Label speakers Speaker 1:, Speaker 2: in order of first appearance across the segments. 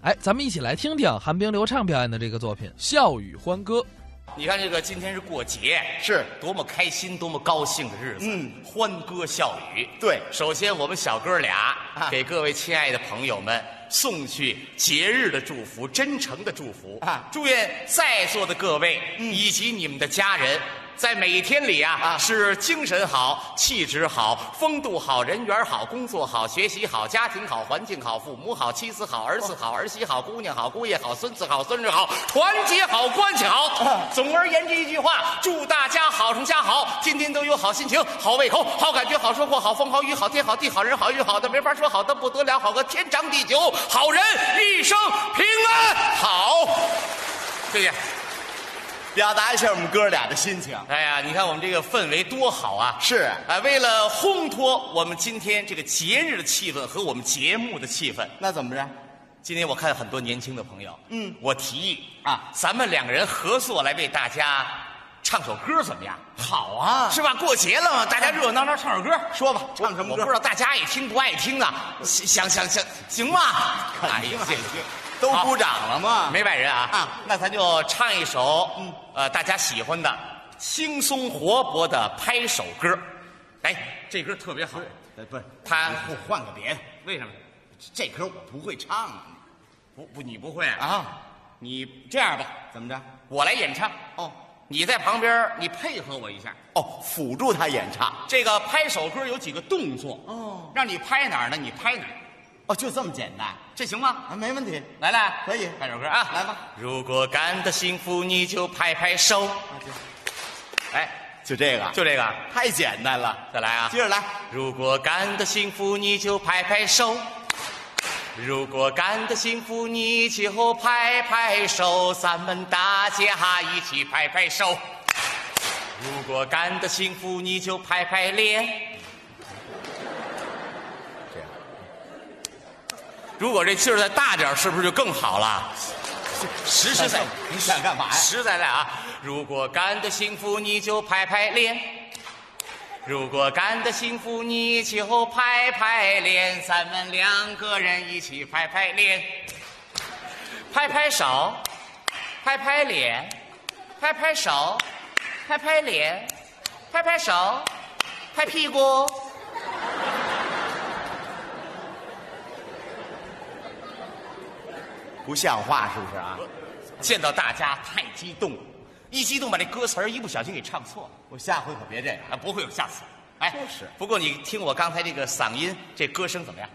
Speaker 1: 哎，咱们一起来听听韩冰、刘畅表演的这个作品《笑语欢歌》。
Speaker 2: 你看这个，今天是过节，
Speaker 3: 是
Speaker 2: 多么开心、多么高兴的日子，
Speaker 3: 嗯，
Speaker 2: 欢歌笑语。
Speaker 3: 对
Speaker 2: 首先我们小哥俩、
Speaker 3: 啊
Speaker 2: 给各位亲爱的朋友们送去节日的祝福，真诚的祝福
Speaker 3: 啊嗯
Speaker 2: 祝愿在座的各位、以及你们的家人。在每一天里啊，
Speaker 3: 啊
Speaker 2: 是精神好、气质好、风度好、人缘好、工作好、学习好、家庭好、环境好、父母好、妻子好、儿子好、儿媳好、姑娘好、姑爷好、孙子好、孙女好，团结好、关系好。总而言之一句话，祝大家好上加好，天天都有好心情、好胃口、好感觉、好收获、好风、好雨、好天、好地、好人、好运、好的没法说，好的不得了，好个天长地久，好人一生平安。好，谢谢。
Speaker 3: 表达一下我们哥俩的心情。
Speaker 2: 哎呀，你看我们这个氛围多好啊！
Speaker 3: 是
Speaker 2: 哎，为了烘托我们今天这个节日的气氛和我们节目的气氛，
Speaker 3: 那怎么着？
Speaker 2: 今天我看很多年轻的朋友，
Speaker 3: 嗯
Speaker 2: 我提议
Speaker 3: 啊
Speaker 2: 咱们两个人合作来为大家唱首歌，怎么样？
Speaker 3: 好啊
Speaker 2: 是吧？过节了嘛，大家热热闹闹唱首歌。
Speaker 3: 说吧，唱什
Speaker 2: 我
Speaker 3: 么
Speaker 2: 不
Speaker 3: 歌
Speaker 2: 知？道大家爱听不爱听呢，想想想，行吗？哎呀，这
Speaker 3: 都鼓掌了吗？
Speaker 2: 没外人啊，
Speaker 3: 啊
Speaker 2: 那咱就唱一首，嗯，呃，大家喜欢的轻松活泼的拍手歌。哎，这歌特别好，
Speaker 3: 哎，不是，
Speaker 2: 他
Speaker 3: 不换个别的，
Speaker 2: 为什么？
Speaker 3: 这歌我不会唱啊。
Speaker 2: 不不，你不会啊？
Speaker 3: 啊，
Speaker 2: 你这样吧，
Speaker 3: 怎么着？
Speaker 2: 我来演唱，
Speaker 3: 哦
Speaker 2: 你在旁边儿你配合我一下。
Speaker 3: 哦，辅助他演唱。
Speaker 2: 这个拍手歌有几个动作，
Speaker 3: 哦
Speaker 2: 让你拍哪儿呢？你拍哪儿，
Speaker 3: 哦，就这么简单
Speaker 2: 这行吗？
Speaker 3: 啊，没问题。
Speaker 2: 来来，
Speaker 3: 可以
Speaker 2: 拍首歌啊，
Speaker 3: 来吧。
Speaker 2: 如果感到幸福，你就拍拍手。
Speaker 3: 啊
Speaker 2: 哎，
Speaker 3: 就就这个，哎
Speaker 2: 就这个，啊
Speaker 3: 太简单了。
Speaker 2: 再来啊
Speaker 3: 接。着来，
Speaker 2: 如果感到幸福，你就拍拍手；如果感到幸福，你就拍拍手，咱们大家一起拍拍手。如果感到幸福，你就拍拍脸。
Speaker 3: 这样
Speaker 2: 如果这劲儿再大点儿，是不是就更好了？实实在在，
Speaker 3: 你想干嘛呀？
Speaker 2: 实在在啊！如果感到幸福，你就拍拍脸；如果感到幸福，你就拍拍脸。咱们两个人一起拍拍脸，拍拍手，拍拍脸，拍拍手，拍拍脸，拍拍手，拍屁股。
Speaker 3: 不像话是不是啊？
Speaker 2: 见到大家太激动了，一激动把这歌词儿一不小心给唱错了。
Speaker 3: 我下回可别这样
Speaker 2: 啊，不会有下次。哎，
Speaker 3: 就是
Speaker 2: 不过你听我刚才这个嗓音，这歌声怎么样？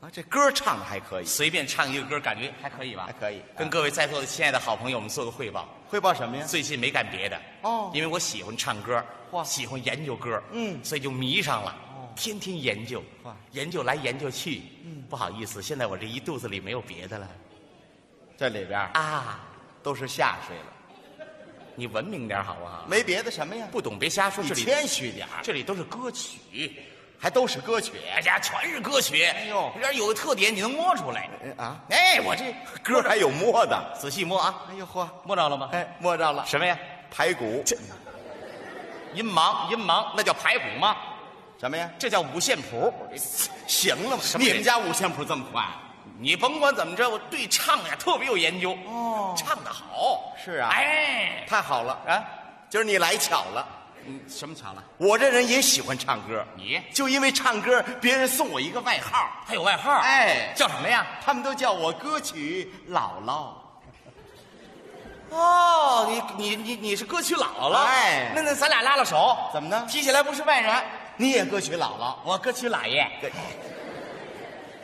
Speaker 3: 啊！这歌唱的还可以，
Speaker 2: 随便唱一个歌，感觉还可以吧？
Speaker 3: 还可以
Speaker 2: 跟各位在座的亲爱的好朋友们做个汇报。
Speaker 3: 汇报什么呀？
Speaker 2: 最近没干别的
Speaker 3: 嗯哦
Speaker 2: 因为我喜欢唱歌，
Speaker 3: 哇
Speaker 2: 喜欢研究歌，
Speaker 3: 嗯哦
Speaker 2: 所以就迷上了，天天研究
Speaker 3: 哇，嗯
Speaker 2: 研究来研究去，不好意思，现在我这一肚子里没有别的了
Speaker 3: 这里边儿
Speaker 2: 啊，
Speaker 3: 都是下水了，
Speaker 2: 你文明点好不好？
Speaker 3: 没别的什么呀？
Speaker 2: 不懂别瞎说，
Speaker 3: 你
Speaker 2: 这里
Speaker 3: 谦虚点儿，
Speaker 2: 这里都是歌曲，
Speaker 3: 还都是歌曲。
Speaker 2: 大家全是歌曲，哎
Speaker 3: 呦
Speaker 2: 这有个特点你能摸出来，
Speaker 3: 哎啊，
Speaker 2: 哎，我这
Speaker 3: 歌还有摸的。
Speaker 2: 仔细摸啊，
Speaker 3: 哎呦嚯！
Speaker 2: 摸着了吗？
Speaker 3: 哎，摸着了，
Speaker 2: 什么呀？
Speaker 3: 排骨。
Speaker 2: 阴盲，阴盲，那叫排骨吗？
Speaker 3: 什么呀？
Speaker 2: 这叫五线谱。
Speaker 3: 行了吧？
Speaker 2: 么
Speaker 3: 你们家五线谱这么快？
Speaker 2: 你甭管怎么着，我对唱呀特别有研究。
Speaker 3: 哦
Speaker 2: 唱的好。
Speaker 3: 是啊
Speaker 2: 哎，
Speaker 3: 太好了！
Speaker 2: 啊，
Speaker 3: 今儿你来巧了，
Speaker 2: 嗯，什么巧了？
Speaker 3: 我这人也喜欢唱歌，
Speaker 2: 你
Speaker 3: 就因为唱歌，别人送我一个外号，
Speaker 2: 还有外号？
Speaker 3: 哎
Speaker 2: 叫什么呀？
Speaker 3: 他们都叫我歌曲姥姥。
Speaker 2: 哦，你你你你是歌曲姥姥。
Speaker 3: 哎
Speaker 2: 那那咱俩拉拉手，
Speaker 3: 怎么呢
Speaker 2: 提起来不是外人，
Speaker 3: 你也歌曲姥姥，
Speaker 2: 我歌曲姥爷。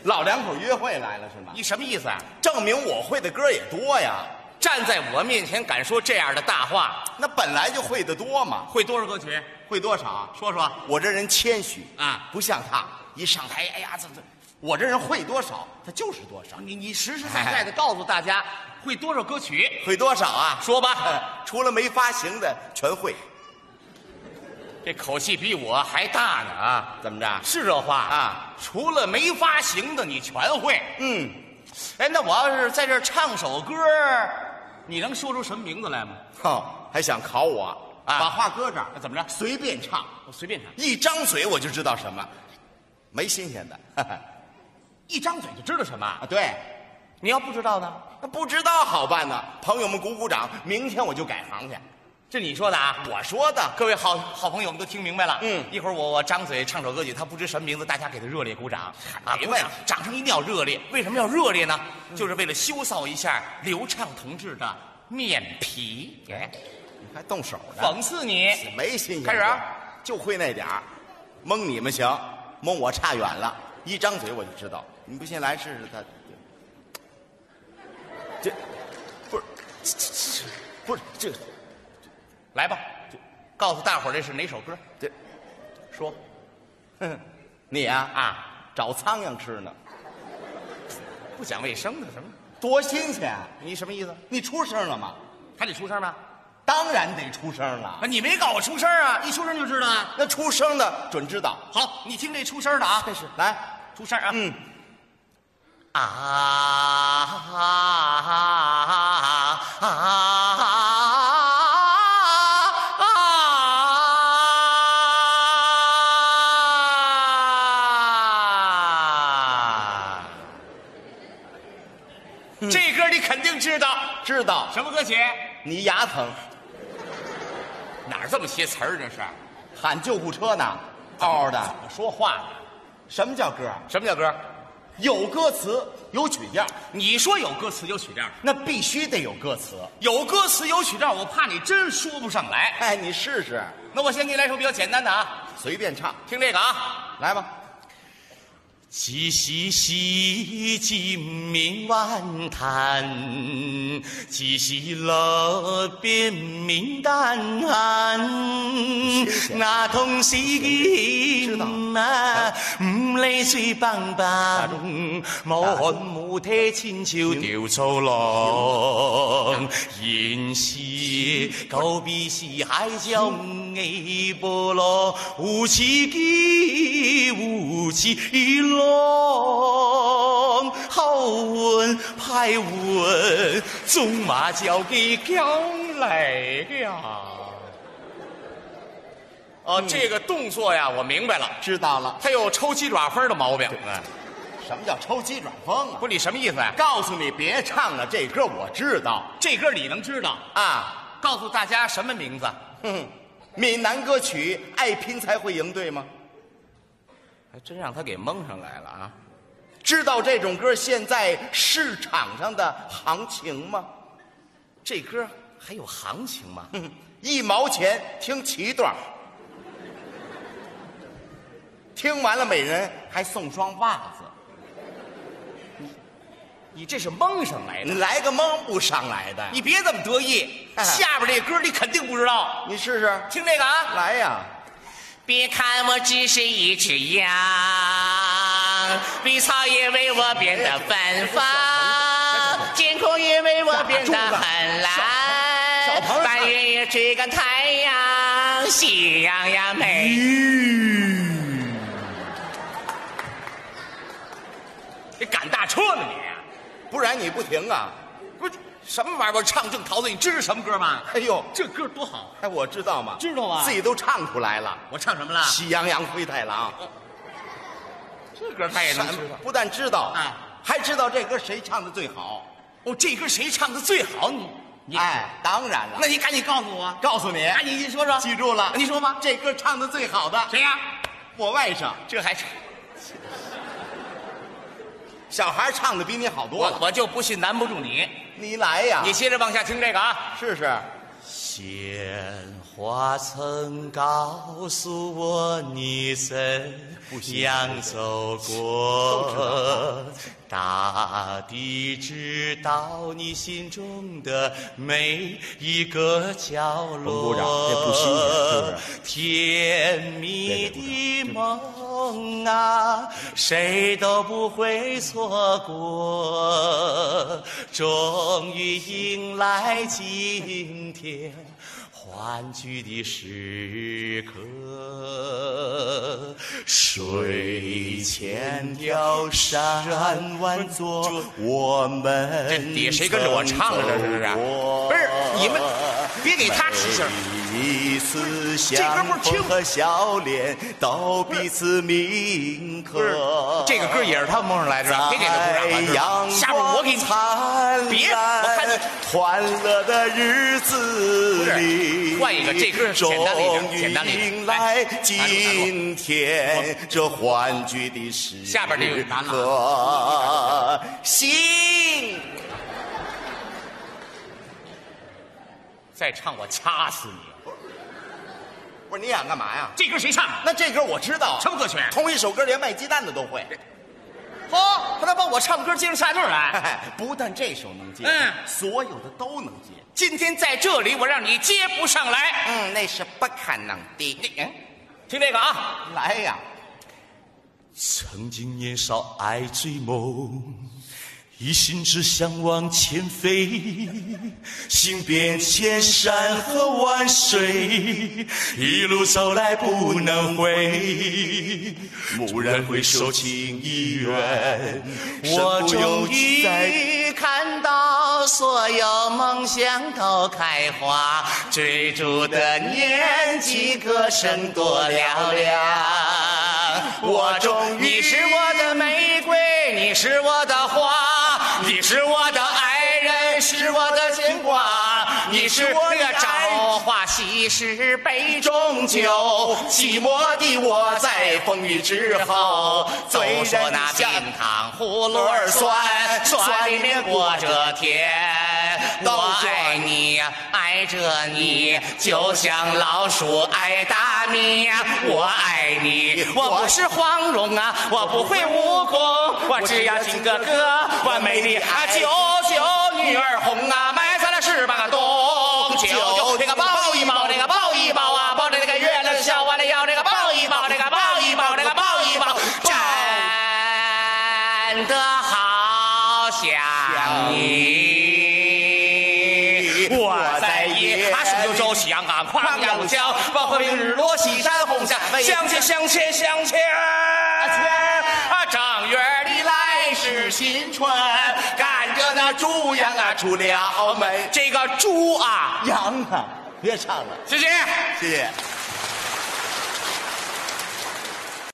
Speaker 3: 老两口约会来了是吗？
Speaker 2: 你什么意思啊？
Speaker 3: 证明我会的歌也多呀，
Speaker 2: 站在我面前敢说这样的大话，
Speaker 3: 那本来就会的多嘛，
Speaker 2: 会多少歌曲？
Speaker 3: 会多少？
Speaker 2: 说说。
Speaker 3: 我这人谦虚
Speaker 2: 啊
Speaker 3: 不像他一上台，哎呀，这这，我这人会多少，他就是多少。
Speaker 2: 你你实实
Speaker 3: 哎
Speaker 2: 在在的告诉大家会多少歌曲，
Speaker 3: 会多少啊？
Speaker 2: 说吧，
Speaker 3: 除了没发行的全会，
Speaker 2: 这口气比我还大呢啊！
Speaker 3: 怎么着？
Speaker 2: 是这话
Speaker 3: 啊？
Speaker 2: 除了没发行的，你全会。
Speaker 3: 嗯，
Speaker 2: 哎，那我要是在这儿唱首歌，你能说出什么名字来吗？
Speaker 3: 哦，还想考我
Speaker 2: 啊
Speaker 3: 把话搁这儿，
Speaker 2: 怎么着？
Speaker 3: 随便唱，
Speaker 2: 我随便唱，
Speaker 3: 一张嘴我就知道什么，没新鲜的
Speaker 2: 一张嘴就知道什么
Speaker 3: 啊。对，你要不知道呢？那不知道好办呢。朋友们鼓鼓掌，明天我就改行去。
Speaker 2: 这你说的啊？
Speaker 3: 我说的，
Speaker 2: 各位好好朋友们都听明白了。
Speaker 3: 嗯
Speaker 2: 一会儿我我张嘴唱首歌曲，他不知什么名字，大家给他热烈鼓掌。啊，
Speaker 3: 没
Speaker 2: 各
Speaker 3: 问
Speaker 2: 位
Speaker 3: 题，
Speaker 2: 掌声一定要热烈。为什么要热烈呢？就是为了羞臊一下刘畅同志的面皮。哎，
Speaker 3: 你还动手呢？
Speaker 2: 讽刺你。
Speaker 3: 没新鲜
Speaker 2: 开始啊
Speaker 3: 事儿就会那点儿，啊蒙你们行，蒙我差远了。一张嘴我就知道，啊你不信来试试他。这不是，这不是这
Speaker 2: 来吧，告诉大伙儿这是哪首歌？
Speaker 3: 这
Speaker 2: 说
Speaker 3: 你呀啊，
Speaker 2: 啊，
Speaker 3: 找苍蝇吃呢，
Speaker 2: 不讲卫生的什么？
Speaker 3: 多新鲜啊！
Speaker 2: 你什么意思？
Speaker 3: 你出声了吗？
Speaker 2: 还得出声吗？
Speaker 3: 当然得出声了。
Speaker 2: 啊，你没搞我出声啊！一出声就知道啊。
Speaker 3: 那出声的准知道。
Speaker 2: 好，你听这出声的啊， 这是
Speaker 3: 来，
Speaker 2: 出声啊。
Speaker 3: 嗯，
Speaker 2: 啊啊啊啊啊！这歌你肯定知道，
Speaker 3: 知道。
Speaker 2: 什么歌曲？
Speaker 3: 你牙疼，
Speaker 2: 哪儿这么些词儿？这是
Speaker 3: 喊救护车呢，嗷嗷的。
Speaker 2: 我说话呢。
Speaker 3: 什么叫歌？
Speaker 2: 什么叫歌？
Speaker 3: 有歌词，有曲调，
Speaker 2: 你说有歌词有曲调，
Speaker 3: 那必须得有歌词。
Speaker 2: 有歌词有曲调，我怕你真说不上来。
Speaker 3: 哎，你试试，
Speaker 2: 那我先给你来首比较简单的啊，
Speaker 3: 随便唱，
Speaker 2: 听这个啊。
Speaker 3: 来吧。
Speaker 2: 一时是金明晚叹，一时路边明淡。那同是人啊，唔理水放放，无魂无体，亲像稻草人。人是狗比是海鸟的波浪，有翅鸡，有翅龙，好运歹运，总嘛交给交来了。
Speaker 3: 呃
Speaker 2: 哦，
Speaker 3: 嗯
Speaker 2: 这个动作呀，我明白了，
Speaker 3: 知道了，
Speaker 2: 他有抽鸡爪风的毛病。
Speaker 3: 什么叫抽鸡转风啊？
Speaker 2: 不，你什么意思啊？
Speaker 3: 告诉你别唱了，这歌我知道
Speaker 2: 这歌你能知道？
Speaker 3: 啊。
Speaker 2: 告诉大家什么名字？
Speaker 3: 哼，闽南歌曲《爱拼才会赢》，对吗？
Speaker 2: 还真让他给蒙上来了啊！
Speaker 3: 知道这种歌现在市场上的行情吗？
Speaker 2: 这歌还有行情吗？
Speaker 3: 哼， 一毛钱听七段儿，听完了每人还送双袜子。
Speaker 2: 你这是蒙上来的，
Speaker 3: 你来个蒙不上来的，
Speaker 2: 你别这么得 意。
Speaker 3: 哎
Speaker 2: 下边这歌你肯定不知道，
Speaker 3: 你试试，
Speaker 2: 听这个啊。
Speaker 3: 来呀！
Speaker 2: 别看我只是一只羊，绿草也为我变得芬芳，天空也为我变得很
Speaker 3: 小朋友
Speaker 2: 蓝，白云也追赶太阳，喜羊羊美。你赶大车呢你？
Speaker 3: 不然你不停啊！
Speaker 2: 不是什么玩意儿？我唱正陶醉，你知道什么歌吗？
Speaker 3: 哎呦，
Speaker 2: 这歌多好，
Speaker 3: 哎，我知道嘛，
Speaker 2: 知道啊
Speaker 3: 自己都唱出来了，
Speaker 2: 我唱什么了
Speaker 3: 《喜羊羊灰太狼》
Speaker 2: 这歌他也哎能知
Speaker 3: 什
Speaker 2: 道
Speaker 3: 么。不但知道
Speaker 2: 啊，
Speaker 3: 还知道这歌谁唱的最好。
Speaker 2: 哦，这歌谁唱的最好？你你
Speaker 3: 哎，当然了
Speaker 2: 那，你赶紧告诉我，
Speaker 3: 告诉你，
Speaker 2: 赶紧你说说，
Speaker 3: 记住了，
Speaker 2: 你说吧，
Speaker 3: 这歌唱的最好的
Speaker 2: 谁呀、
Speaker 3: 我外甥，
Speaker 2: 这还是
Speaker 3: 小孩唱的比你好多
Speaker 2: 我啊
Speaker 3: 了。
Speaker 2: 我就不信难不住你。
Speaker 3: 你来呀，
Speaker 2: 你接着往下听这个啊。
Speaker 3: 试试。
Speaker 2: 鲜花曾告诉我你身影走过，大地知道你心中的每一个角
Speaker 3: 甭鼓
Speaker 2: 落。
Speaker 3: 掌这不新鲜是不
Speaker 2: 甜蜜的梦啊，谁都不会错过。终于迎来今天欢聚的时刻。水前挑山晚坐，我们哦
Speaker 3: 这底下谁跟着我唱啊这是不是
Speaker 2: 不是你们别给他提醒。
Speaker 3: 一丝
Speaker 2: 这歌
Speaker 3: 相
Speaker 2: 不是
Speaker 3: 逢
Speaker 2: 听
Speaker 3: 和笑脸，都彼此铭刻。
Speaker 2: 这个歌也是他蒙上来的，别给他鼓
Speaker 3: 在
Speaker 2: 掌
Speaker 3: 阳
Speaker 2: 了。下面我给你
Speaker 3: 光灿
Speaker 2: 别我看你
Speaker 3: 烂欢乐的日子里，
Speaker 2: 不是换一个这歌简单了一点
Speaker 3: 终于
Speaker 2: 简单了一点哎
Speaker 3: 迎
Speaker 2: 来
Speaker 3: 来今天这欢聚的时刻。
Speaker 2: 下边这个啊难了
Speaker 3: 心
Speaker 2: 再唱我掐死你！
Speaker 3: 不是你想干嘛呀？
Speaker 2: 这歌谁唱？啊
Speaker 3: 那这歌我知道，啊
Speaker 2: 什么歌曲
Speaker 3: 同一首歌连卖鸡蛋的都会。
Speaker 2: 嚯，他哦把我唱歌接着下句儿来。
Speaker 3: 不但这首能接，
Speaker 2: 嗯
Speaker 3: 所有的都能接。
Speaker 2: 今天在这里，我让你接不上来。
Speaker 3: 嗯，那是不可能的。
Speaker 2: 你嗯，听这个啊，
Speaker 3: 来呀！曾经年少爱追梦，一心只想往前飞，行遍千山和万水，一路走来不能回。蓦然回首，情已远，
Speaker 4: 我
Speaker 3: 身不由
Speaker 4: 终
Speaker 3: 己在
Speaker 4: 于看到所有梦想都开花，追逐的年纪歌声多嘹亮。我终于，
Speaker 2: 你是我的玫瑰，你是我的花，你是我的爱人，是我的牵挂，你是我的朝花夕拾杯中酒，寂寞的我在风雨之后，都说那冰糖葫芦儿酸，酸里面裹着甜。我爱你，爱着你，就像老鼠爱大米。我爱你，我不是黄蓉啊，我不会武功，我只要听个歌，我美丽啊，九九女儿红啊，埋在了翅膀啊，咚九九那个抱一抱，那个抱一抱啊，抱着那个月亮的笑弯了腰，那个抱一抱，那个抱一抱，那个抱一抱，真的好想你，我在夜啊，雄赳赳，气昂昂，狂扬骄，暴风明日落，西山红霞，向前向前向前。啊，正月儿里来是新春，赶着那猪羊啊出了门。这个猪啊，
Speaker 3: 羊啊！别唱了，
Speaker 2: 谢谢。
Speaker 3: 谢谢。